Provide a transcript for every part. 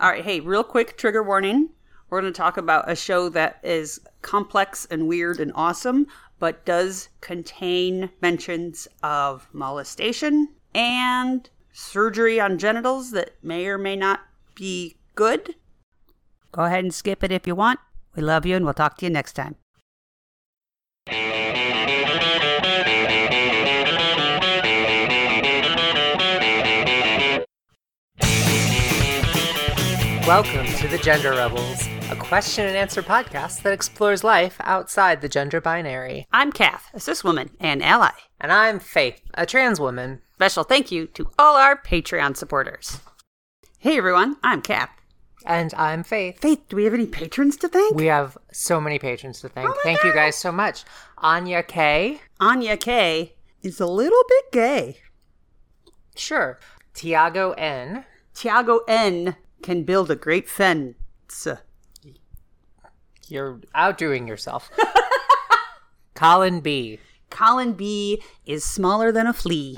All right, hey, real quick trigger warning. We're going to talk about a show that is complex and weird and awesome, but does contain mentions of molestation and surgery on genitals that may or may not be good. Go ahead and skip it if you want. We love you and we'll talk to you next time. Welcome to The Gender Rebels, a question and answer podcast that explores life outside the gender binary. I'm Kath, a cis woman and ally. And I'm Faith, a trans woman. Special thank you to all our Patreon supporters. Hey everyone, I'm Kath. And I'm Faith. Faith, do we have any patrons to thank? We have so many patrons to thank. Oh my thank you God. guys so much. Anya K. Anya K is a little bit gay. Sure. Tiago N. Tiago N can build a great fence. You're outdoing yourself. Colin B. Colin B is smaller than a flea.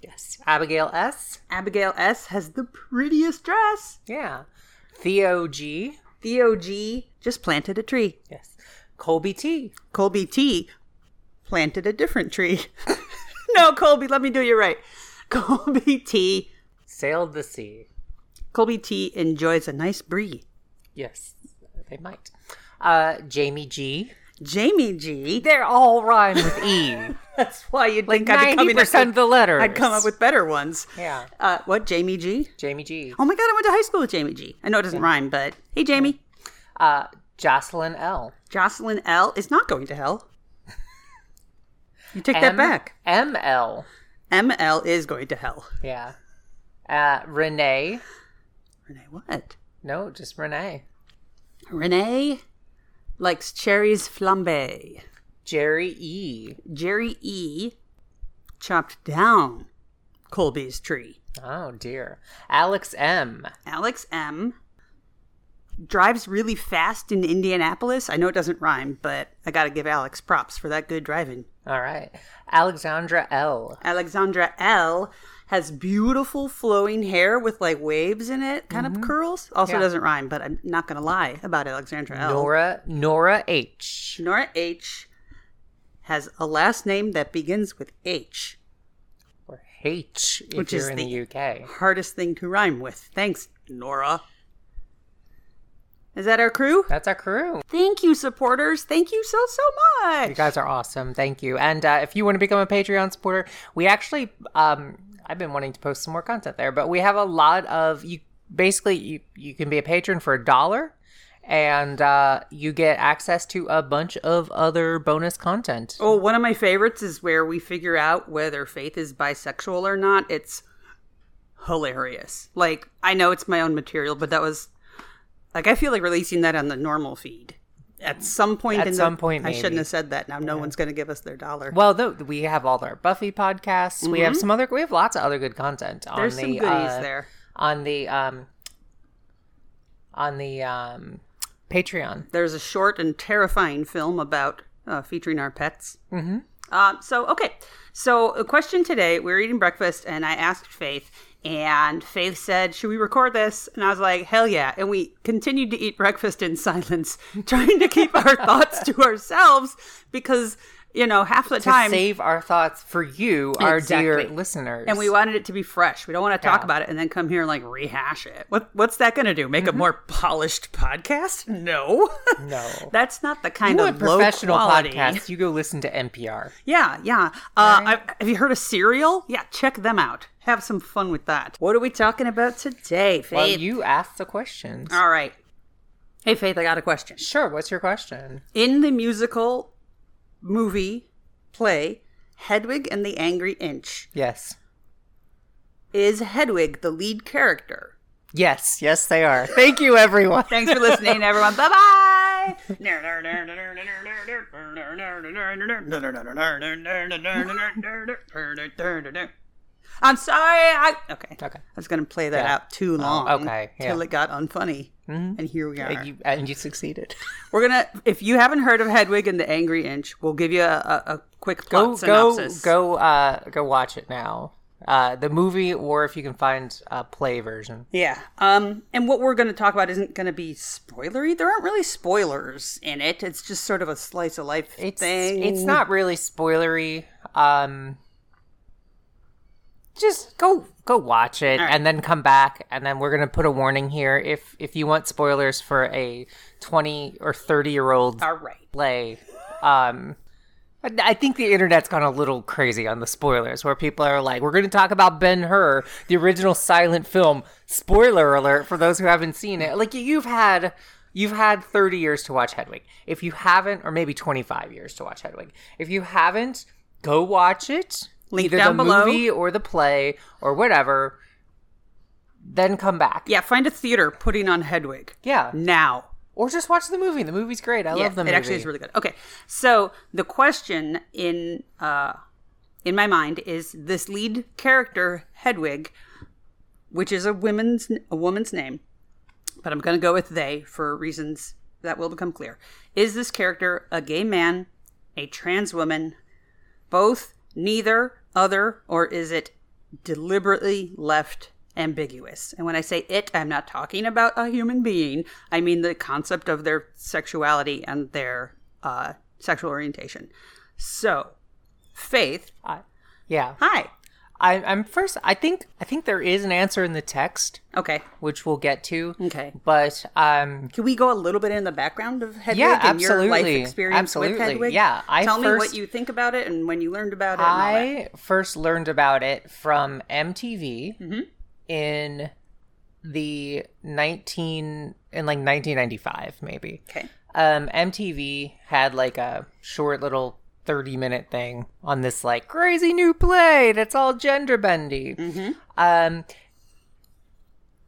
Yes. Abigail S. Abigail S has the prettiest dress. Yeah. Theo G. Theo G just planted a tree. Yes. Colby T. Colby T planted a different tree. no, Colby, let me do you right. Colby T. Sailed the sea. Colby T enjoys a nice brie. Yes, they might. Uh, Jamie G. Jamie G. They're all rhyme with E. That's why you'd like think I'd be ninety coming up percent of with- the letters. I'd come up with better ones. yeah. Uh, what, Jamie G? Jamie G. Oh my god, I went to high school with Jamie G. I know it doesn't rhyme, but hey, Jamie. Uh, Jocelyn L. Jocelyn L is not going to hell. You take that M- back. M L. ML is going to hell. Yeah. Uh, Renee. Renee, what? No, just Renee. Renee likes cherries flambe. Jerry E. Jerry E chopped down Colby's tree. Oh dear. Alex M. Alex M drives really fast in Indianapolis. I know it doesn't rhyme, but I got to give Alex props for that good driving. All right. Alexandra L. Alexandra L has beautiful flowing hair with like waves in it, kind of curls. Also Yeah. doesn't rhyme, but I'm not going to lie about Alexandra L. Nora Nora H. Nora H has a last name that begins with H. Or H if Which you're is in the- the UK. Hardest thing to rhyme with. Thanks, Nora. Is that our crew? That's our crew. Thank you, supporters. Thank you so, so much. You guys are awesome. Thank you. And uh, if you want to become a Patreon supporter, we actually, um, I've been wanting to post some more content there, but we have a lot of you. Basically, you you can be a patron for a dollar, and uh, you get access to a bunch of other bonus content. Oh, one of my favorites is where we figure out whether Faith is bisexual or not. It's hilarious. Like, I know it's my own material, but that was like I feel like releasing that on the normal feed. At some point At in the- some point, I shouldn't maybe. have said that. Now no one's gonna give us their dollar. Well, though we have all our Buffy podcasts, we have some other, we have lots of other good content on Mm-hmm. There's the some goodies uh, there. on the um, on the um, Patreon. There's a short and terrifying film about uh, featuring our pets. Mm-hmm. Uh, so, okay. So, a question today we were eating breakfast, and I asked Faith, and Faith said, Should we record this? And I was like, Hell yeah. And we continued to eat breakfast in silence, trying to keep our thoughts to ourselves because, you know, half the To time. save our thoughts for you, our Exactly. dear listeners. and we wanted it to be fresh. We don't want to talk Yeah. about it and then come here and like rehash it. What what's that going to do? Mm-hmm. Make a more polished podcast? No, No. that's not the kind You of want low professional quality. podcasts, you go listen to NPR. Yeah, yeah. Uh, I, have you heard of Serial? Yeah, check them out. Have some fun with that. What are we talking about today, Faith? Well, you asked the questions. All right. Hey, Faith, I got a question. Sure, what's your question? In the musical movie play Hedwig and the Angry Inch, Yes. is Hedwig the lead character? Yes, yes, they are. Thank you, everyone. Thanks for listening, everyone. Bye bye. I'm sorry. I okay. Okay. I was gonna play that Yeah. Oh, out too long. okay, yeah. Till it got unfunny. And here we are. And you, and you succeeded. We're gonna. If you haven't heard of Hedwig and the Angry Inch, we'll give you a, a, a quick plot Go, go, synopsis. go, uh, go watch it now. uh, the movie, or if you can find a play version. Yeah. Um, and what we're going to talk about isn't going to be spoilery. There aren't really spoilers in it. It's just sort of a slice of life It's thing. it's not really spoilery. Um, just go go watch it and then come back, and then we're gonna put a warning here if if you want spoilers for a twenty or thirty year old All right. play. Um, but I think the internet's gone a little crazy on the spoilers, where people are like, "We're going to talk about Ben Hur, the original silent film." Spoiler alert for those who haven't seen it. Like you've had, you've had thirty years to watch Hedwig. If you haven't, or maybe twenty-five years to watch Hedwig. If you haven't, go watch it. Link either down the below. movie or the play or whatever. Then come back. Yeah, find a theater putting on Hedwig Yeah. now. Or just watch the movie. The movie's great. I Yeah, love the it movie. actually is really good. Okay, so the question in uh, in my mind is this lead character Hedwig, which is a woman's a woman's name, but I'm going to go with they for reasons that will become clear. Is this character a gay man, a trans woman, both, neither, other, or is it deliberately left ambiguous. And when I say it, I'm not talking about a human being. I mean the concept of their sexuality and their uh, sexual orientation. So, Faith, yeah. hi. I, I'm first. I think I think there is an answer in the text, Okay, which we'll get to. okay. But um, Can we go a little bit in the background of Hedwig Yeah, and your life absolutely. experience Absolutely. with Hedwig? Yeah, I Tell me what first- you think about it and when you learned about it. and all that. I first learned about it from MTV Mm-hmm. in the nineteen in like 1995, maybe. Okay. um, MTV had like a short little 30 minute thing on this like crazy new play that's all gender bendy. Um,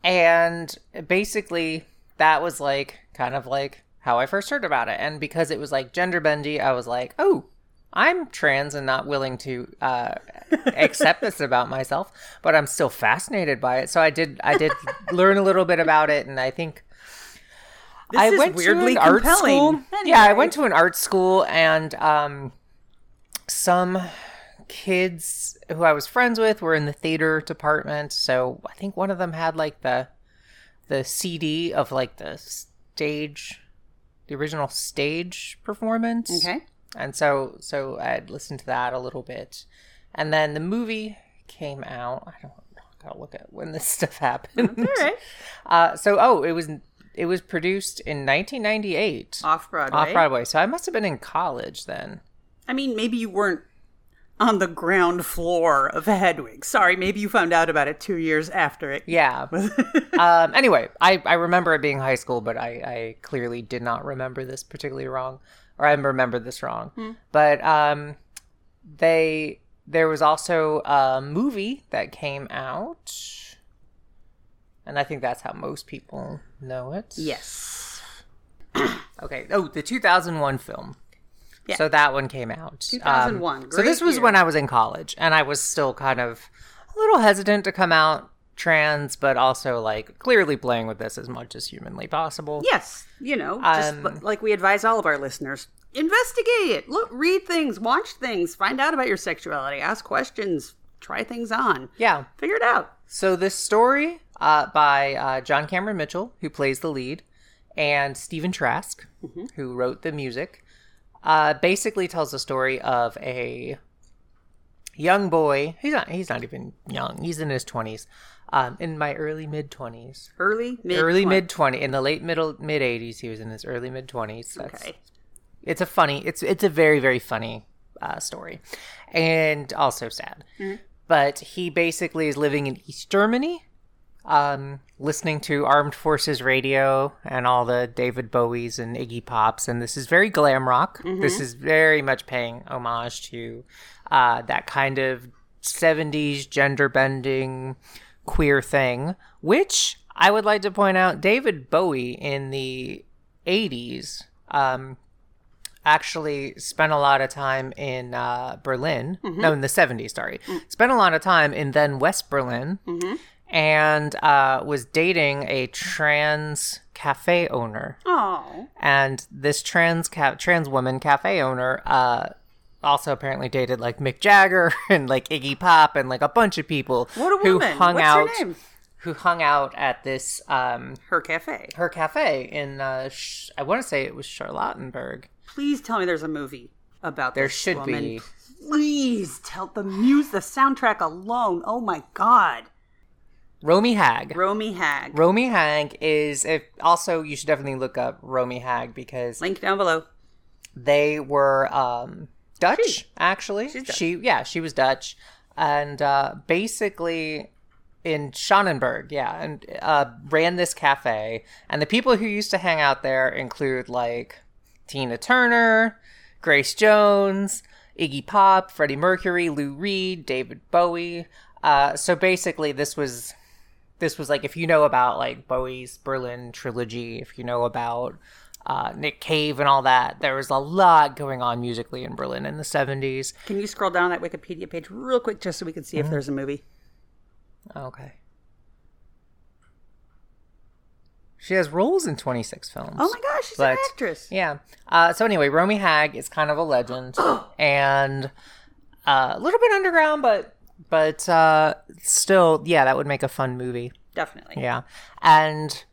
and basically, that was like kind of like how I first heard about it. And because it was like gender bendy, I was like, oh, I'm trans and not willing to uh, accept this about myself, but I'm still fascinated by it. So I did, I did learn a little bit about it, and I think This I is went weirdly to an art compelling. school. Yeah, I Anyway. went to an art school, and um, some kids who I was friends with were in the theater department. So I think one of them had like the the CD of like the stage, the original stage performance. Okay. And so so I'd listened to that a little bit. And then the movie came out. I don't know. I gotta look at when this stuff happened. All right. Uh, so oh, it was it was produced in 1998 Off Broadway. off Broadway. So I must have been in college then. I mean, maybe you weren't on the ground floor of Hedwig. Sorry, maybe you found out about it two years after it. Yeah. um, anyway, I, I remember it being high school, but I, I clearly did not remember this particularly wrong, or I remember this wrong. But um, they there was also a movie that came out, and I think that's how most people know it. Yes. Okay. Oh, the 2001 film. Yeah. So that one came out. Um, 2001, so this great was year. when I was in college, and I was still kind of a little hesitant to come out trans, but also like clearly playing with this as much as humanly possible. Yes. You know, just Um, li- like we advise all of our listeners investigate it, look, read things, watch things, find out about your sexuality, ask questions, try things on, Yeah. figure it out. So this story uh, by uh, John Cameron Mitchell, who plays the lead, and Stephen Trask, Mm-hmm. who wrote the music, uh, basically tells the story of a young boy. He's not. He's not even young. He's in his twenties, um, in my early mid twenties, Early, mid, early twen- mid twenty, in the late middle mid eighties. He was in his early mid twenties. That's Okay. it's a funny it's it's a very very funny uh, story and also sad but he basically is living in east germany um, listening to armed forces radio and all the david bowies and iggy pops and this is very glam rock this is very much paying homage to uh, that kind of 70s gender bending queer thing which i would like to point out david bowie in the 80s um, actually spent a lot of time in uh, Berlin. Mm-hmm. No, in the 70s, sorry. Mm. Spent a lot of time in then West Berlin Mm-hmm. and uh, was dating a trans cafe owner. Oh, And this trans ca- trans woman cafe owner uh, also apparently dated like Mick Jagger and like Iggy Pop and like a bunch of people What a who woman. hung What's her out name? who hung out at this um Her cafe. her cafe in uh Sh- I want to say it was Charlottenburg. Please tell me there's a movie about There this should woman. be. Please tell the muse the soundtrack alone. Oh my god. Romy Hag. Romy Hag. Romy Hag is if also you should definitely look up Romy Hag because Link down below. they were um Dutch actually. she's Dutch. She yeah, she was Dutch and uh basically in Schonenberg, yeah, and uh ran this cafe and the people who used to hang out there include like Tina Turner, Grace Jones, Iggy Pop, Freddie Mercury, Lou Reed, David Bowie. Uh so basically this was this was like if you know about like Bowie's Berlin trilogy, if you know about uh, Nick Cave and all that, there was a lot going on musically in Berlin in the seventies. Can you scroll down that Wikipedia page real quick just so we can see Hmm. if there's a movie? Oh, Okay. She has roles in twenty six films. Oh my gosh, she's an But- actress. Yeah. Uh, so anyway, Romy Hag is kind of a legend and uh, a little bit underground, but but uh, still, yeah, that would make a fun movie. Definitely. Yeah. And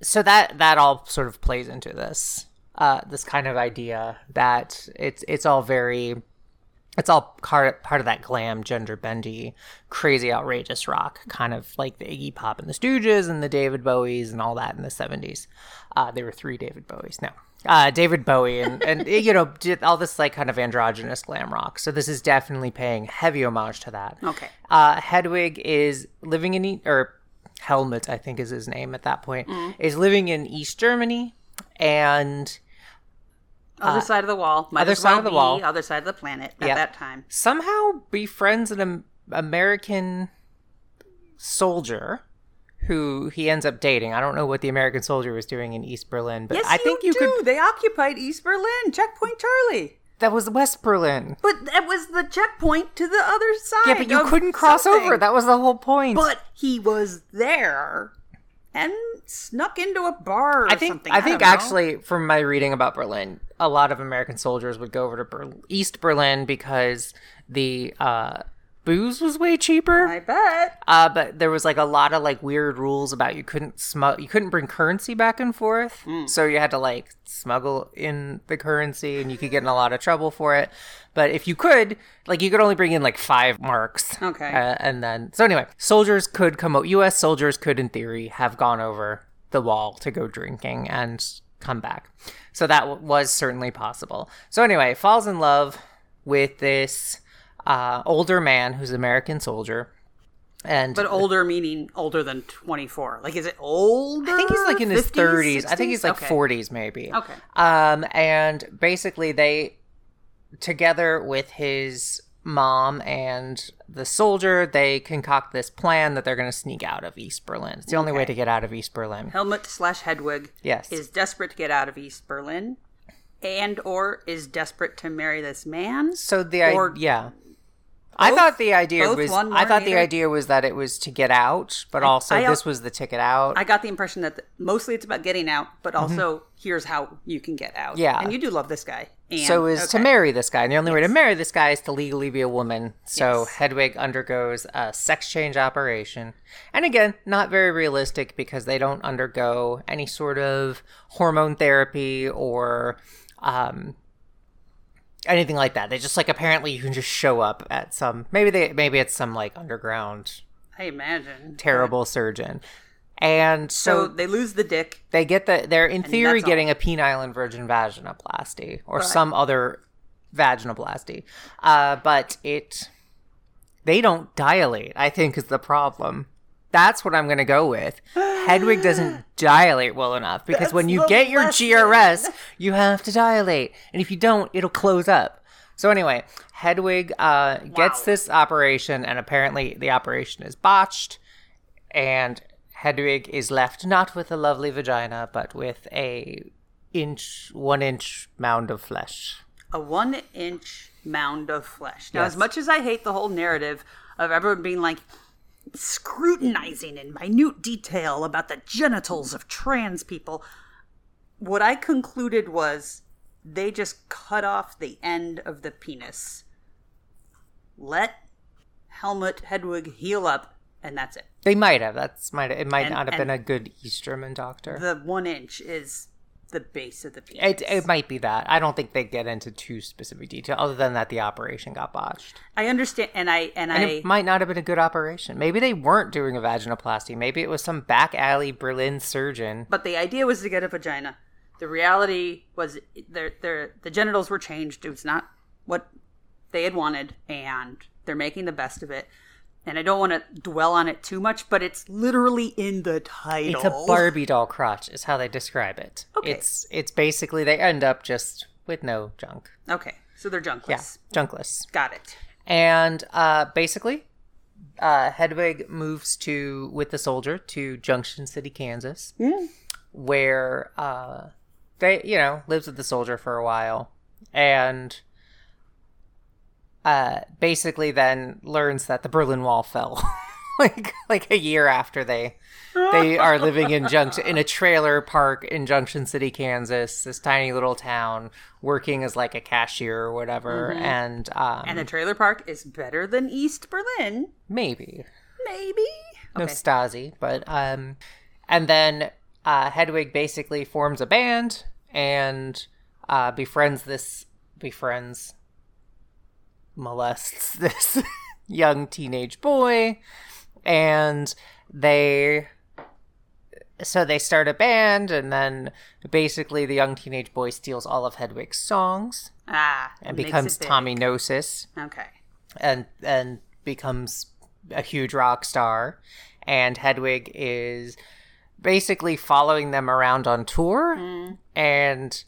so that that all sort of plays into this uh this kind of idea that it's it's all very it's all part part of that glam gender bendy crazy outrageous rock kind of like the Iggy Pop and the Stooges and the David Bowies and all that in the 70s. Uh there were three David Bowies. No. Uh, David Bowie and, and you know did all this like kind of androgynous glam rock. So this is definitely paying heavy homage to that. Okay. Uh, Hedwig is living in, E- or Helmut, I think is his name at that point, Mm. is living in East Germany. And Other side of the wall. Might Uh, other as well side of the be wall. Other side of the planet at Yep. that time. somehow befriends an Am- American soldier who he ends up dating. I don't know what the American soldier was doing in East Berlin, but Yes, I think you do. could. They occupied East Berlin, Checkpoint Charlie. That was West Berlin. But that was the checkpoint to the other side. Yeah, but you of couldn't cross something. over. That was the whole point. But he was there and snuck into a bar. Or I think something. I think don't know. actually from my reading about Berlin, a lot of American soldiers would go over to Ber- East Berlin because the uh, booze was way cheaper. I bet. Uh, but there was like a lot of like weird rules about you couldn't smuggle, you couldn't bring currency back and forth, so you had to like smuggle in the currency, and you could get in a lot of trouble for it. But if you could, like, you could only bring in like five marks. Okay. uh, and then so anyway, soldiers could come. o- U.S. soldiers could, in theory, have gone over the wall to go drinking and come back. So that w- was certainly possible. So anyway, falls in love with this uh, older man who's an American soldier. And But older meaning older than 24. Like, is it older? I think he's like in his 50s, 30s. I think he's 60s? like Okay. 40s maybe. Okay. Um and basically they together with his mom and the soldier, they concoct this plan that they're going to sneak out of East Berlin. It's the only way to get out of East Berlin. Helmut slash Hedwig Yes. is desperate to get out of East Berlin and or is desperate to marry this man. so the I- or yeah. I both- thought the idea both was one, I one, thought the neither? idea was that it was to get out, but also I al- this was the ticket out. I got the impression that mostly it's about getting out, but also here's how you can get out. Mm-hmm. Yeah. And you do love this guy. And, so is to okay. marry this guy and the only way to marry this guy is to legally be a woman so Yes. hedwig undergoes a sex change operation and again not very realistic because they don't undergo any sort of hormone therapy or um anything like that they just like apparently you can just show up at some maybe they maybe it's some like underground I imagine. terrible surgeon and So so they lose the dick. they get the they're in theory that's all. getting a penile and virgin vaginoplasty or some other vaginoplasty. Uh, but it they don't dilate, I think is the problem. That's what I'm going to go with. Hedwig doesn't dilate well enough because when you the get your lesson. GRS, you have to dilate. And if you don't, it'll close up. So anyway, Hedwig uh, gets this operation and apparently the operation is botched and Hedwig is left not with a lovely vagina, but with a inch, one inch mound of flesh. a one inch mound of flesh. Now, as much as I hate the whole narrative of everyone being like scrutinizing in minute detail about the genitals of trans people, what I concluded was they just cut off the end of the penis. Let Helmut Hedwig heal up, and that's it. They might have. That's might. It might And- not have been a and- good East German doctor. The one inch is the base of the penis. it, it might be that. I don't think they get into too specific detail, other than that the operation got botched. I understand, and I and, And I it might not have been a good operation. Maybe they weren't doing a vaginoplasty. Maybe it was some back alley Berlin surgeon. but the idea was to get a vagina. The reality was their their the genitals were changed. It was not what they had wanted, and they're making the best of it. And I don't want to dwell on it too much, but it's literally in the title. It's a Barbie doll crotch, is how they describe it. Okay. It's it's basically they end up just with no junk. Okay, so they're junkless. Yeah, junkless. Got it. And uh, basically, uh, Hedwig moves to with the soldier to Junction City, Kansas, where uh, they you know lives with the soldier for a while, and uh, basically then learns that the Berlin Wall fell. Like, like a year after they they are living in junction in a trailer park in Junction City, Kansas, this tiny little town, working as like a cashier or whatever, and um, And the trailer park is better than East Berlin, maybe maybe. no Okay. Stasi, but um, and then uh, Hedwig basically forms a band and uh, befriends this befriends molests this young teenage boy, and they so they start a band and then basically the young teenage boy steals all of Hedwig's songs Ah, and makes it becomes big. Tommy Gnosis Okay. and and becomes a huge rock star and Hedwig is basically following them around on tour Mm. and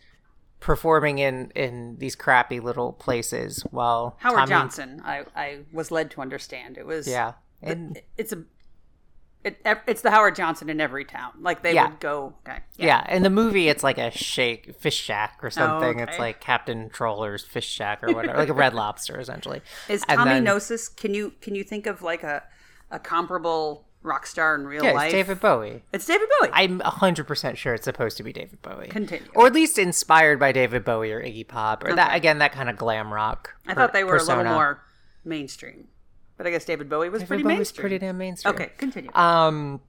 performing in in these crappy little places while Howard Tommy- Johnson, I, I was led to understand it was yeah and it's a it, it's the Howard Johnson in every town. Like they Yeah. would go. Okay. yeah. in the movie it's like a shake fish shack or something it's Oh, okay. like Captain Troller's fish shack or whatever like a red lobster essentially Is And Tommy then- Gnosis? Can you can you think of like a a comparable rock star in real yeah life? it's David Bowie It's David Bowie. I'm 100% sure it's supposed to be David Bowie. Continue. Or at least inspired by David Bowie or Iggy Pop or that again that kind of glam rock. I per- thought they were a persona. little more mainstream, but I guess David Bowie was pretty David Bowie's mainstream. pretty damn mainstream. okay, continue. Um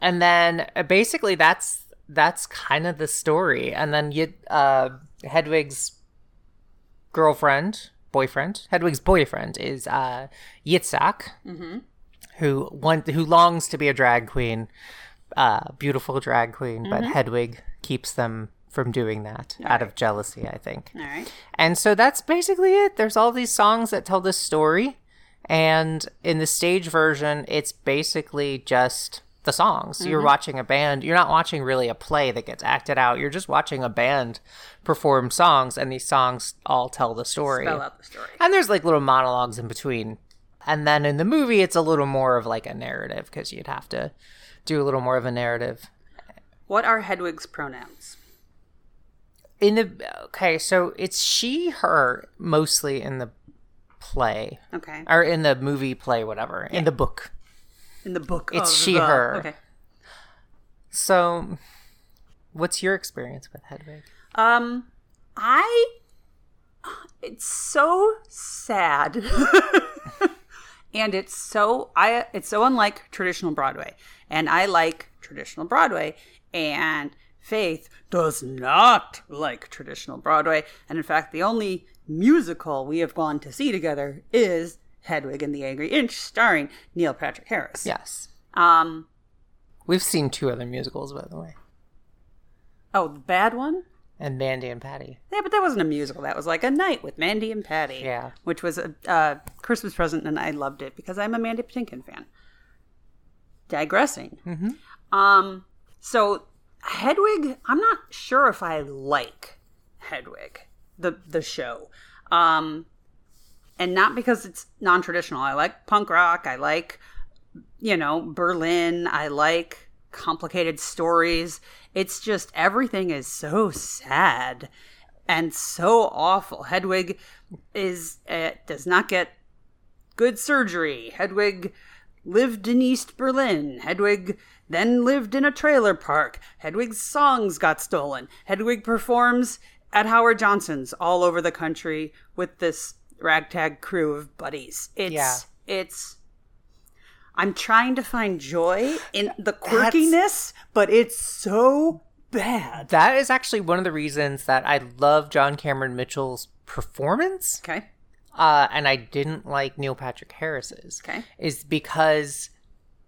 and then uh, basically that's that's kind of the story and then you uh Hedwig's girlfriend, boyfriend, Hedwig's boyfriend is uh Yitzhak, who want who longs to be a drag queen, uh, beautiful drag queen, Mm-hmm. but Hedwig keeps them from doing that out of jealousy, I think. All right. And so that's basically it. There's all these songs that tell this story, and in the stage version, it's basically just the songs. You're Mm-hmm. watching a band. You're not watching really a play that gets acted out. You're just watching a band perform songs, and these songs all tell the story. Spell out the story. And there's like little monologues in between. And then in the movie, it's a little more of like a narrative because you'd have to do a little more of a narrative. What are Hedwig's pronouns? In the okay, so it's she, her mostly in the play Okay. or in the movie, play, whatever, in the book. In the book, It's of she, the- her. Okay. So, what's your experience with Hedwig? Um, I. It's so sad, and it's so I. It's so unlike traditional Broadway, and I like traditional Broadway, and Faith does not like traditional Broadway, and in fact, the only musical we have gone to see together is Hedwig and the Angry Inch, starring Neil Patrick Harris. Yes, Um. we've seen two other musicals, by the way, Oh, the bad one. and Mandy and Patty. Yeah, but that wasn't a musical. That was like a night with Mandy and Patty. Yeah. Which was a uh, Christmas present, and I loved it because I'm a Mandy Patinkin fan. Digressing. Um, so Hedwig, I'm not sure if I like Hedwig, the the show. Um, and not because it's non traditional. I like punk rock. I like, you know, Berlin. I like complicated stories. It's just everything is so sad and so awful. Hedwig is uh, does not get good surgery. Hedwig lived in East Berlin. Hedwig then lived in a trailer park. Hedwig's songs got stolen. Hedwig performs at Howard Johnson's all over the country with this ragtag crew of buddies. It's Yeah. it's I'm trying to find joy in the quirkiness, but it's so bad. That is actually one of the reasons that I love John Cameron Mitchell's performance, Okay. uh, and I didn't like Neil Patrick Harris's. Okay. is because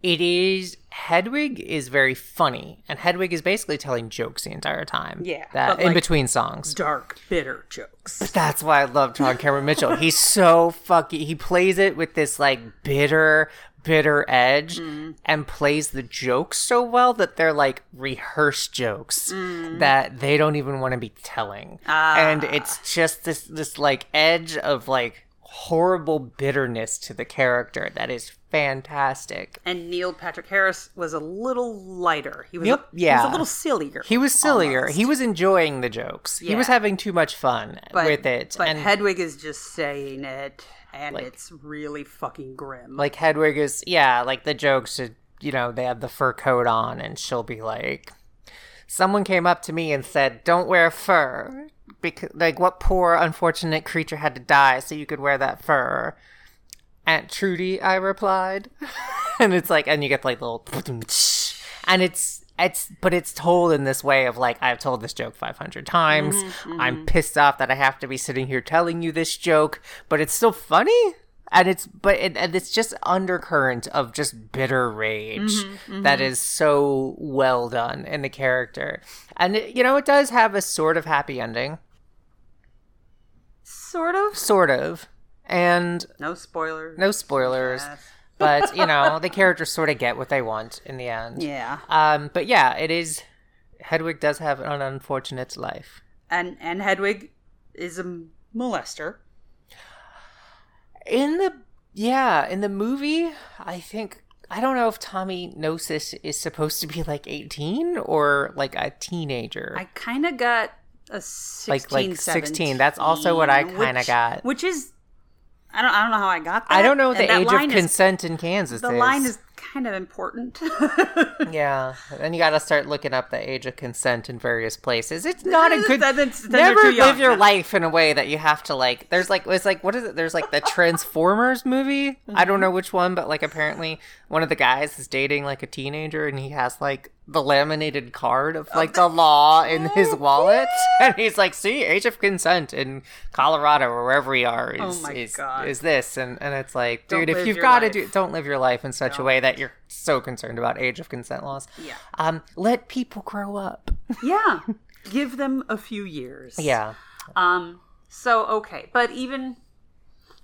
it is Hedwig is very funny, and Hedwig is basically telling jokes the entire time. Yeah, that but, in like- between songs. Dark, bitter jokes. That's why I love John Cameron Mitchell. He's so fucking. He plays it with this like bitter, bitter edge, Mm. and plays the jokes so well that they're like rehearsed jokes Mm. that they don't even want to be telling, and Ah. it's just this this like edge of like horrible bitterness to the character that is fantastic. And Neil Patrick Harris was a little lighter. He was, Yep, a, he yeah. was a little sillier. He was sillier. He was enjoying the jokes. He was Yeah. having too much fun with it. But and Hedwig is just saying it, and it's really fucking grim. like Hedwig is yeah, like the jokes are, you know, they have the fur coat on and she'll be like someone came up to me and said, "Don't wear fur." Because like what poor unfortunate creature had to die so you could wear that fur? Aunt Trudy, I replied. and it's like and you get like little and it's it's but it's told in this way of like I've told this joke 500 times. I'm pissed off that I have to be sitting here telling you this joke, but it's still funny. And it's but it, and it's just undercurrent of just bitter rage that is so well done in the character, and it, you know it does have a sort of happy ending, sort of. sort of, and No spoilers. no spoilers, Yes. but you know the characters sort of get what they want in the end. Yeah. Um, but yeah, it is. Hedwig does have an unfortunate life. And and Hedwig is a molester. In the yeah, in the movie, I think I don't know if Tommy Gnosis is supposed to be like eighteen or like a teenager. I kind of got a 16, Like- like 16. That's also what I 17, kinda which- got. Which is I don't I don't know how I got that. I don't know what And the that age of line is- consent in Kansas The is. line is kind of important. yeah. Then you got to start looking up the age of consent in various places. It's not a good. Then it's- then they're never too young. live your life in a way that you have to like. There's like it's like what is it? There's like the Transformers movie. I don't Mm-hmm. know which one, but like apparently one of the guys is dating like a teenager, and he has like the laminated card of like the law in his wallet, and he's like, "See, age of consent in Colorado or wherever we are is Oh my is, God. is this," and and it's like, Don't dude, if live you've your got to life. do don't live your life in such a way that you're so concerned about age of consent laws. Yeah. Um, let people grow up. yeah. Give them a few years. Yeah. Um. So okay, but even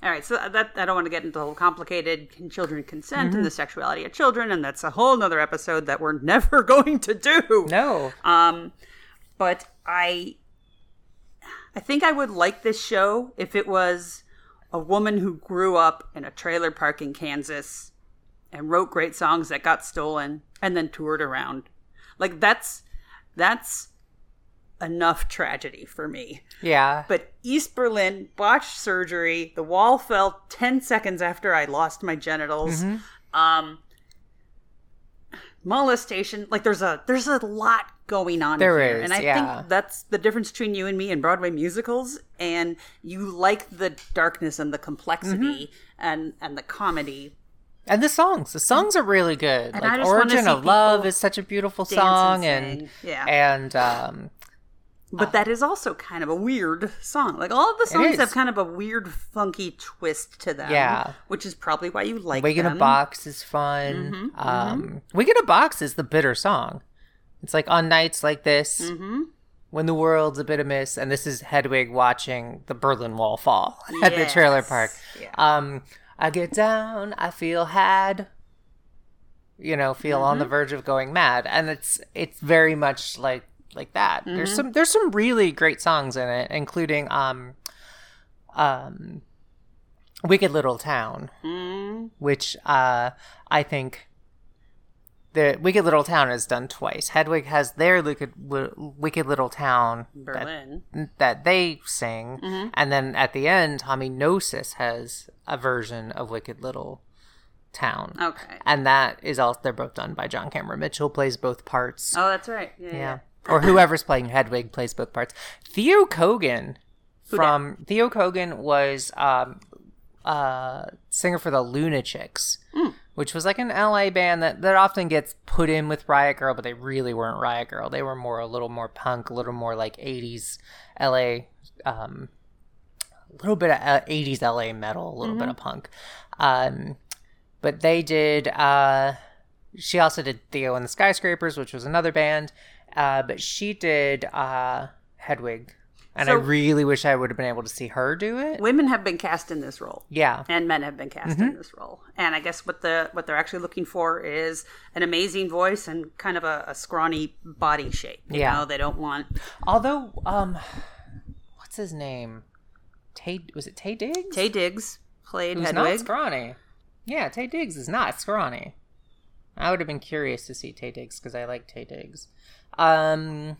all right. So that I don't want to get into the whole complicated can children consent Mm-hmm. and the sexuality of children, and that's a whole nother episode that we're never going to do. No. Um. But I, I think I would like this show if it was a woman who grew up in a trailer park in Kansas and wrote great songs that got stolen and then toured around. Like that's that's enough tragedy for me. Yeah. But East Berlin botched surgery. The wall fell 10 seconds after I lost my genitals. Mm-hmm. Um, molestation. Like there's a there's a lot going on There here. is, and I yeah. think that's the difference between you and me and Broadway musicals and you like the darkness and the complexity Mm-hmm. and and the comedy And the songs. The songs are really good. And I like just wanna Origin see of Love people is such a beautiful dance and song and sing. Yeah. and um But that is also kind of a weird song. Like all of the is. songs have kind of a weird, funky twist to them. Yeah. which is probably why you like Wig in a them. Mm-hmm, Box is fun. um Wig in a Box is the bitter song. It's like on nights like this Mm-hmm. when the world's a bit amiss and this is Hedwig watching the Berlin Wall fall at the trailer Yes. park. Yeah. Um I get down, I feel had, you know feel on Mm-hmm. the verge of going mad and it's it's very much like like that Mm-hmm. there's some there's some really great songs in it including um um wicked little town which uh i think the wicked little town is done twice hedwig has their wicked, wicked little town that Berlin. that they sing, and then at the end, Tommy Gnosis has a version of Wicked Little Town, Okay. and that is all. They're both done by John Cameron Mitchell. Plays both parts. Oh, that's right. Yeah. yeah. yeah. or whoever's playing Hedwig plays both parts. Theo Kogan from Theo Kogan was um, uh, singer for the Lunatics, which was like an LA band that, that often gets put in with Riot Girl, but they really weren't Riot Girl. They were more a little more punk, a little more like '80s LA, um, a little bit of uh, '80s LA metal, a little Mm-hmm. bit of punk. Um, but they did. Uh, she also did Theo and the Skyscrapers, which was another band. Uh, but she did uh, Hedwig, and I So- really wish I would have been able to see her do it. Women have been cast in this role. Yeah, and men have been cast Mm-hmm. in this role. And I guess what the what they're actually looking for is an amazing voice and kind of a, a scrawny body shape. You Yeah. know, they don't want Although, um, what's his name? Tay was it Tay Diggs? Tay Diggs played Who's not Hedwig. scrawny. Yeah, Tay Diggs is not scrawny. I would have been curious to see Tay Diggs because I like Tay Diggs. Um,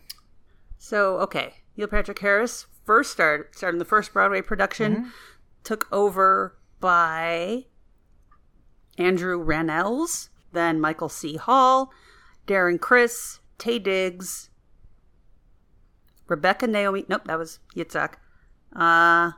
So okay, Neil Patrick Harris first started started in the first Broadway production, Mm-hmm. took over by Andrew Rannells, then Michael C. Hall, Darren Chris, Tay Diggs, Rebecca Naomi. Nope, that was Yitzhak. Uh,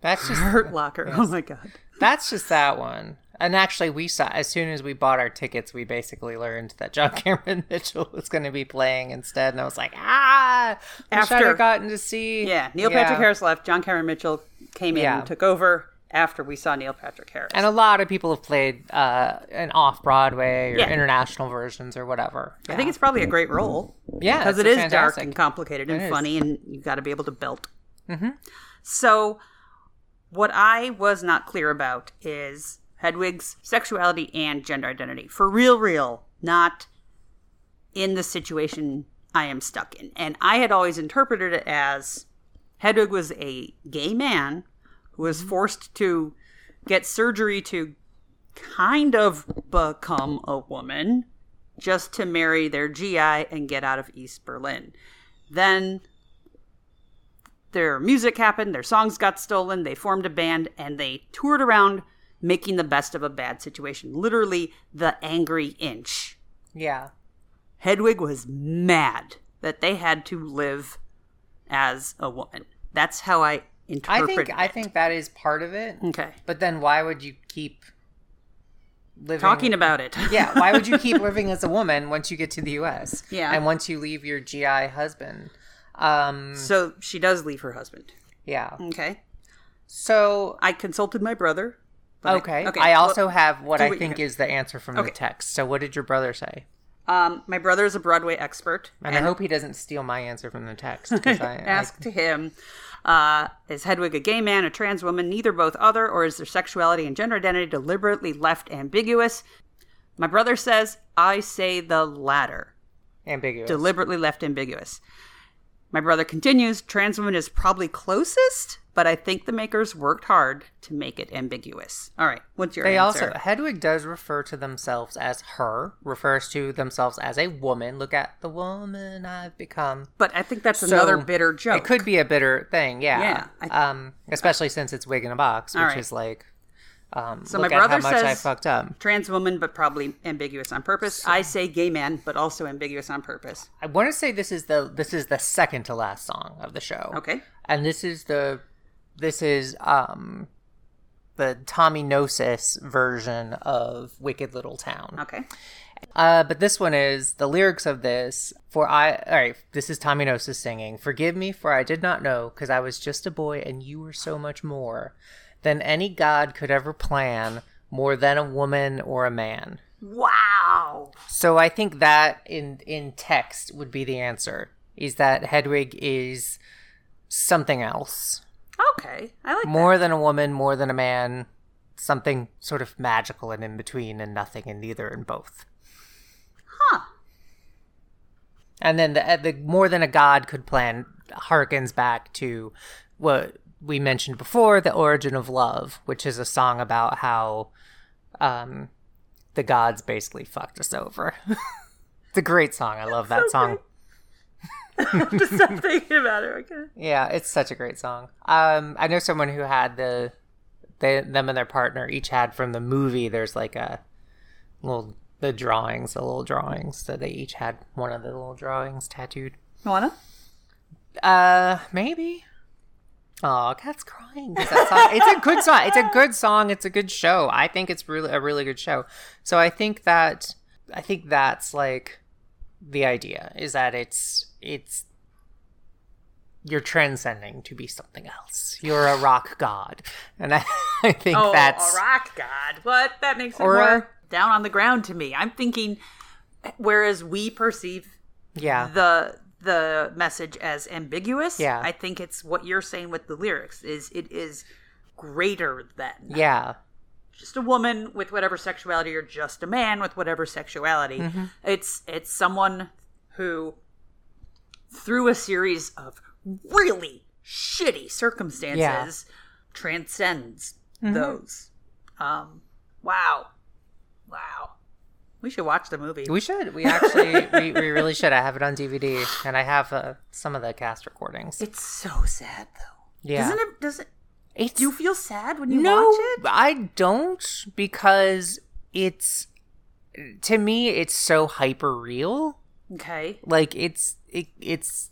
that's just Hurt Locker. Oh my god. that's just that one. And actually, we saw as soon as we bought our tickets, we basically learned that John Cameron Mitchell was going to be playing instead, and I was like, ah, wish I'd After- have gotten to see. Yeah, Neil Yeah. Patrick Harris left. John Cameron Mitchell came in Yeah. and took over after we saw Neil Patrick Harris. And a lot of people have played uh, an off Broadway or Yeah. international versions or whatever. I think it's probably a great role. yeah, because it's it is fantastic. dark and complicated and It is. funny, and you got to be able to belt. Mhm. So, what I was not clear about is Hedwig's sexuality and gender identity for real, real, not in the situation I am stuck in. And I had always interpreted it as Hedwig was a gay man who Mm-hmm. was forced to get surgery to kind of become a woman just to marry their GI and get out of East Berlin. Then their music happened, their songs got stolen, they formed a band, and they toured around making the best of a bad situation. Literally, the angry inch. yeah. Hedwig was mad that they had to live as a woman. That's how I I interpret think I it. think that is part of it. Okay. But then why would you keep living Talking about it. Yeah, why would you keep living as a woman once you get to the US? Yeah. And once you leave your GI husband. Um so she does leave her husband. yeah. Okay. So I consulted my brother. but I- okay. I also have what do I what you think can. is the answer from Okay. the text. So what did your brother say? Um, my brother is a Broadway expert, And, I hope he doesn't steal my answer from the text because I, I asked him, uh, "Is Hedwig a gay man, a trans woman, neither, both, other, or is their sexuality and gender identity deliberately left ambiguous?" My brother says, "I say the latter, ambiguous. deliberately left ambiguous." My brother continues, "Trans woman is probably closest, but I think the makers worked hard to make it ambiguous." All right, what's your They answer? also Hedwig does refer to themselves as her, refers to themselves as a woman. Look at the woman I've become. but I think that's So, another bitter joke. It could be a bitter thing, yeah. Yeah, I- um, especially since it's wig in a box, which All right. is like, um, So look my at how brother much I says- fucked up. trans woman, but probably ambiguous on purpose. I say gay man, but also ambiguous on purpose. I want to say this is the this is the second to last song of the show. Okay. and this is the this is um the Tommy Gnosis version of Wicked Little Town. Okay. Uh, but this one is the lyrics of this for I. All right, this is Tommy Gnosis singing. Forgive me for I did not know, because I was just a boy and you were so much more than any god could ever plan, more than a woman or a man. Wow. So I think that in in text would be the answer. Is that Hedwig is something else, Okay. I like more than a woman, more than a man, something sort of magical and in between, and nothing and neither and both. huh. And then the, uh, the more than a god could plan harkens back to what we mentioned before, the origin of love, which is a song about how um, the gods basically fucked us over. it's a great song. I love that song. Just stop thinking about it. Okay. Yeah, it's such a great song. Um, I know someone who had the they, them and their partner each had from the movie. There's like a little the drawings, the little drawings. So they each had one of the little drawings tattooed. Moana? Uh, maybe. Oh, cat's crying. 'cause that song- it's a good song. It's a good song. It's a good show. I think it's really a really good show. So I think that I think that's like the idea is that it's it's you're transcending to be something else. You're a rock god, and I, I think Oh, that's all right, God. What? That makes it Or- more down on the ground to me. I'm thinking, whereas we perceive yeah. the the message as ambiguous, Yeah. I think it's what you're saying with the lyrics is it is greater than Yeah. just a woman with whatever sexuality or just a man with whatever sexuality. Mm-hmm. It's it's someone who through a series of really shitty circumstances transcends Mm-hmm. those. Um wow. Wow. We should watch the movie. We should. We actually, we, we really should. I have it on DVD, and I have uh, some of the cast recordings. it's so sad though. Yeah. Doesn't it doesn't It's do you feel sad when you no, watch it? I don't because it's to me it's so hyper real. Okay. Like it's it, it's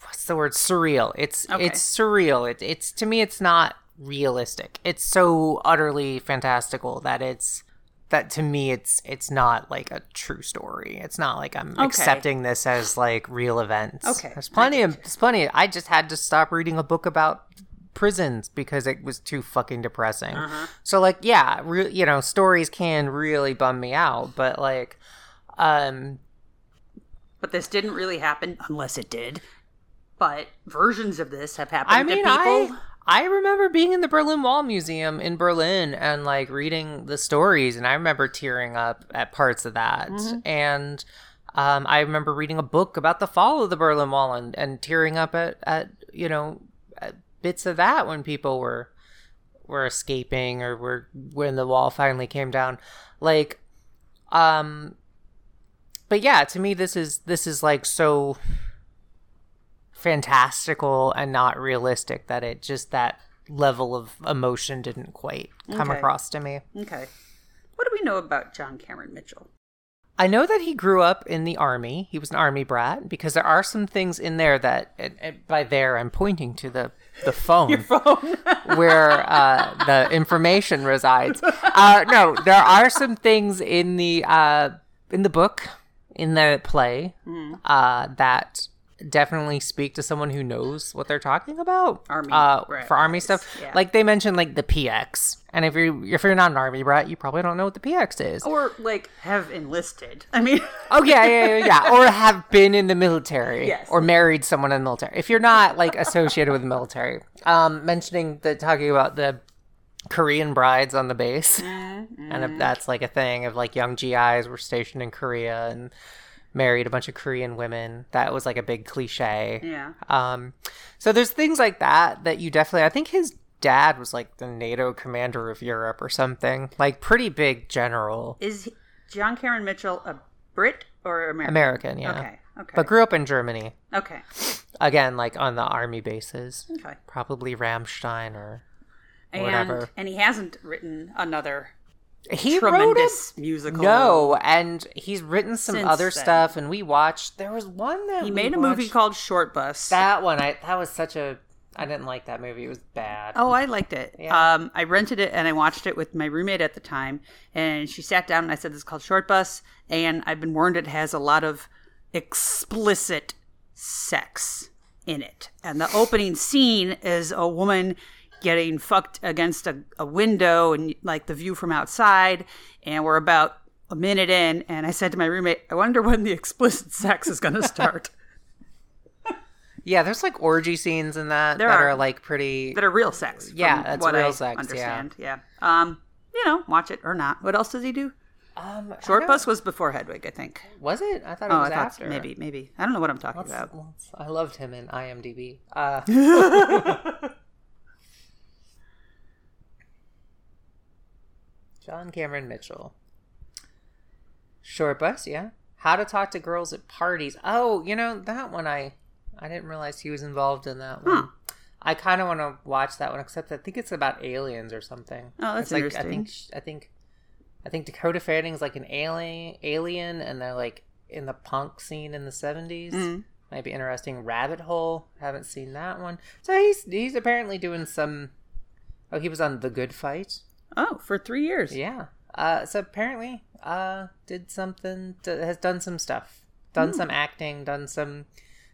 what's the word surreal. It's Okay. it's surreal. It, it's to me it's not realistic. It's so utterly fantastical that it's that to me it's it's not like a true story. It's not like I'm Okay. accepting this as like real events. Okay, There's I plenty of there's plenty of- I just had to stop reading a book about prisons because it was too fucking depressing. Uh-huh. So like yeah, re- you know, stories can really bum me out, but like um But this didn't really happen unless it did. But versions of this have happened I mean, to people. I I remember being in the Berlin Wall Museum in Berlin and like reading the stories, and I remember tearing up at parts of that. Mm-hmm. And um, I remember reading a book about the fall of the Berlin Wall and, and tearing up at at you know at bits of that when people were were escaping or were when the wall finally came down, like um but yeah to me this is this is like so fantastical and not realistic that it just that level of emotion didn't quite come Okay. across to me Okay. What do we know about John Cameron Mitchell? i know that he grew up in the army he was an army brat because there are some things in there that and, and by there i'm pointing to the the phone Phone. where uh, the information resides. Uh, no, there are some things in the uh, in the book, in the play, Hmm. uh, that definitely speak to someone who knows what they're talking about. Army uh, brat for army ways, stuff, yeah. like they mentioned, like the PX. And if you if you're not an army brat, you probably don't know what the PX is. or like have enlisted. I mean, Oh yeah, yeah, yeah, yeah. Or have been in the military, Yes. or married someone in the military. If you're not like associated with the military, um, mentioning the talking about the Korean brides on the base, Mm-hmm, and if that's like a thing of like young GIs were stationed in Korea and married a bunch of Korean women. That was like a big cliche. yeah. Um, so there's things like that that you definitely. I think his dad was like the NATO commander of Europe or something, like pretty big general Is John Cameron Mitchell a Brit or American? American. Yeah. Okay. Okay. But grew up in Germany. okay. again like on the army bases Okay. probably ramstein or And Whatever. and he hasn't written another he tremendous wrote a musical. no and he's written some Since other then. stuff and we watched there was one that He we made a movie watched- called Short Bus. that one i that was such a i didn't like that movie it was bad Oh, I liked it. Yeah. Um, I rented it and I watched it with my roommate at the time. And she sat down and I said, This is called Short Bus. And I've been warned it has a lot of explicit sex in it. And the opening scene is a woman getting fucked against a, a window and like the view from outside. And we're about a minute in. And I said to my roommate, I wonder when the explicit sex is going to start. yeah there's like orgy scenes in that There that are. are. like pretty that are real sex. from Yeah, that's what I real sex, yeah. Understand? Yeah. Um, you know, watch it or not. What else does he do? um I Short don't- Bus was before Hedwig, I think. was it i thought it Oh, was I thought after maybe, maybe. I don't know what I'm talking about. i loved him in imdb uh John Cameron Mitchell. Short bus, yeah. How to talk to girls at parties. Oh, you know that one. I I didn't realize he was involved in that one. I kind of want to watch that one, except I think it's about aliens or something. Oh, that's it's like, I interesting. think sh- I think I think Dakota Fanning's like an alien, alien, and they're like in the punk scene in the 70s. Mhm. Might be interesting. Rabbit Hole. Haven't seen that one. So he's he's apparently doing some. Oh, he was on The Good Fight. Oh, for three years. Yeah. Uh, so apparently, uh, did something. To, has done some stuff. Done some acting. Done some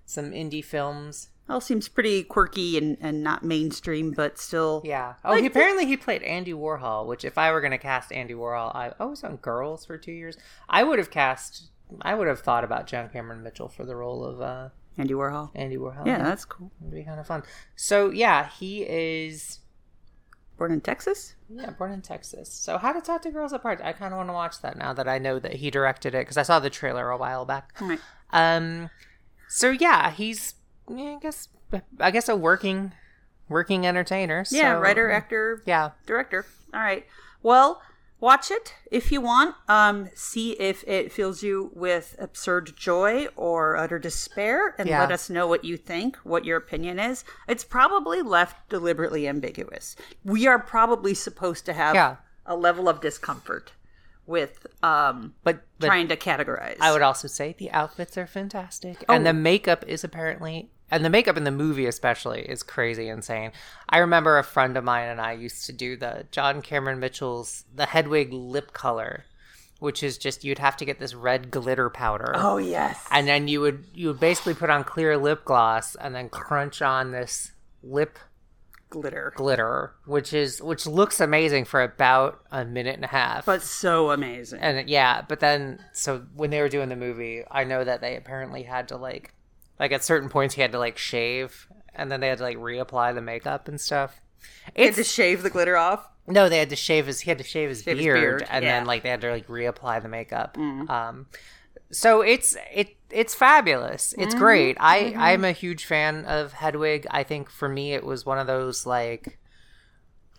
some indie films. All seems pretty quirky and, and not mainstream, but still. Yeah. Oh, Like he, the- apparently he played Andy Warhol, which if I were going to cast Andy Warhol, I, I was on Girls for two years. I would have cast. I would have thought about John Cameron Mitchell for the role of uh, Andy Warhol. Andy Warhol. Yeah, that's cool. It'd be kind of fun. So yeah, he is Born in Texas? yeah born in Texas. So How to Talk to Girls Apart. I kind of want to watch that now that I know that he directed it because I saw the trailer a while back. All right. Um, so yeah, he's yeah, I guess I guess a working working entertainer. Yeah, so- writer, actor, Yeah, director. All right. Well, watch it if you want. Um, see if it fills you with absurd joy or utter despair, and Yeah. let us know what you think, what your opinion is. It's probably left deliberately ambiguous. We are probably supposed to have Yeah. a level of discomfort with um, but, but trying to categorize. I would also say the outfits are fantastic, and the makeup is apparently, and the makeup in the movie especially is crazy insane. I remember a friend of mine and I used to do the John Cameron Mitchell's the Hedwig lip color, which is just you'd have to get this red glitter powder, oh yes. and then you would you would basically put on clear lip gloss and then crunch on this lip glitter, glitter, which is which looks amazing for about a minute and a half, but so amazing. and yeah but then so when they were doing the movie i know that they apparently had to like like at certain points he had to like shave and then they had to like reapply the makeup and stuff Had to it's shave the glitter off. no they had to shave his he had to shave his, Shave his beard, beard, and yeah. Mm. then like they had to like reapply the makeup um so it's it it's fabulous it's Mm-hmm. great i i'm a huge fan of hedwig i think for me it was one of those like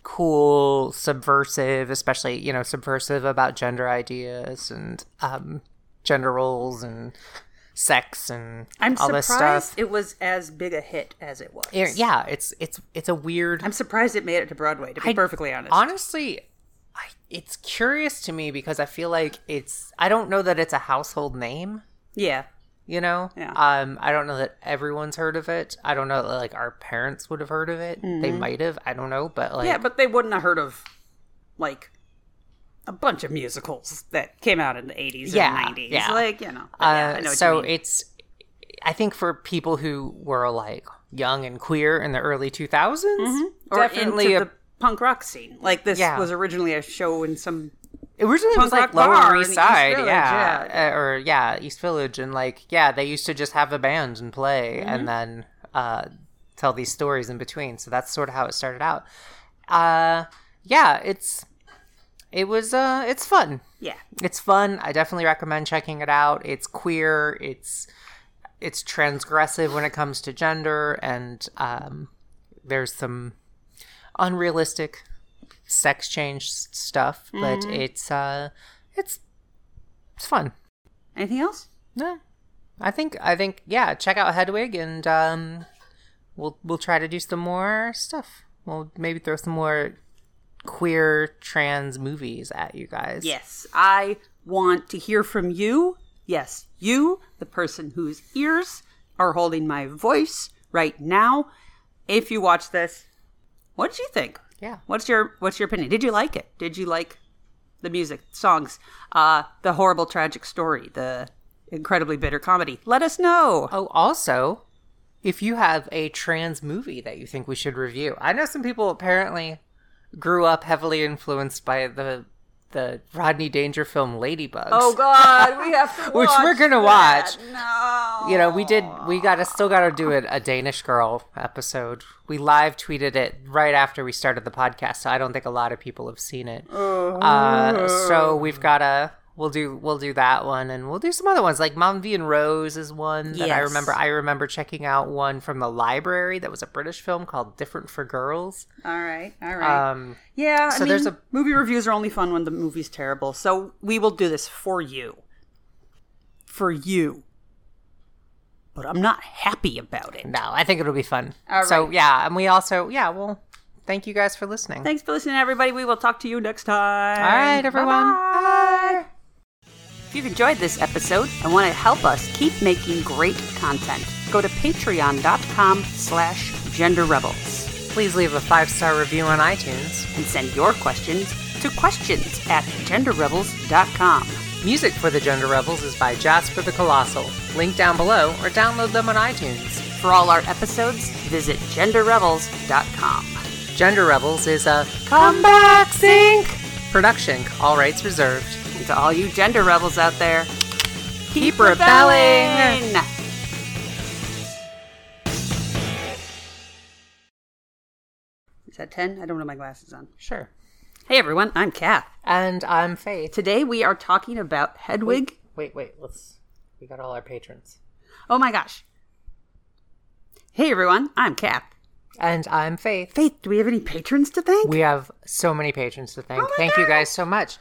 cool subversive especially you know subversive about gender ideas and um gender roles and sex and I'm all this surprised stuff it was as big a hit as it was. It- yeah it's it's it's a weird I'm surprised it made it to Broadway, to be perfectly honest. honestly I, it's curious to me because i feel like it's i don't know that it's a household name yeah. you know Yeah. um i don't know that everyone's heard of it i don't know that, like our parents would have heard of it they might have i don't know but like Mm-hmm. Yeah, but they wouldn't have heard of, like, a bunch of musicals that came out in the 80s Yeah, and 90s. yeah. Like, you know. but yeah, uh, I know what so you mean. it's i think for people who were like young and queer in the early 2000s Mm-hmm. or definitely into a, the punk rock scene. Like, this Yeah. was originally a show in some. originally it was punk like rock lower bar in east East side Village, yeah, Uh, or yeah east village and like yeah they used to just have a band and play Mm-hmm. and then uh tell these stories in between so that's sort of how it started out uh yeah it's it was uh it's fun Yeah. it's fun i definitely recommend checking it out it's queer it's it's transgressive when it comes to gender and um there's some unrealistic sex change s- stuff but it's uh it's it's fun Anything else? yeah i think i think yeah check out hedwig and um we'll we'll try to do some more stuff we'll maybe throw some more queer trans movies at you guys Yes. I want to hear from you. Yes, you, the person whose ears are holding my voice right now. If you watch this, what did you think? yeah What's your What's your opinion? Did you like it? Did you like the music, songs, uh, the horrible tragic story, the incredibly bitter comedy? Let us know. Oh, also, if you have a trans movie that you think we should review, I know some people apparently grew up heavily influenced by the the Rodney Danger film Ladybugs. Oh, God, we have to. Which we're watch gonna that. watch. No. You know, we did. We got to still got to do it. A Danish Girl episode. We live tweeted it right after we started the podcast, so I don't think a lot of people have seen it. Uh, Uh-huh. so we've got to. We'll do. We'll do that one, and we'll do some other ones. Like Mom V and Rose is one that I Yes. remember. I remember checking out one from the library that was a British film called Different for Girls. All right. All right. Um, yeah. I so mean, there's a- movie reviews are only fun when the movie's terrible. So we will do this for you. For you. But I'm not happy about it. no, I think it'll be fun. All so right. yeah, and we also yeah we'll thank you guys for listening. Thanks for listening, everybody. We will talk to you next time. All right, everyone. Bye-bye. If you've enjoyed this episode and want to help us keep making great content, go to patreon.com slash genderrebels Please leave a five star review on iTunes. and send your questions to questions at genderrebels.com. Music for the Gender Rebels is by Jasper the Colossal. Link down below or download them on iTunes. For all our episodes, visit genderrebels.com. Gender Rebels is a comeback sync production, all rights reserved. And to all you gender rebels out there, Keep rebelling. rebelling. Is that 10? I don't have my glasses on. Sure. Hey everyone, I'm Kath. And I'm Faye. Today we are talking about Hedwig. Wait, wait, let's. We got all our patrons. Oh my gosh. Hey everyone, I'm Kath. And I'm Faith. Faith, do we have any patrons to thank? We have so many patrons to thank. Oh my thank you God. guys so much.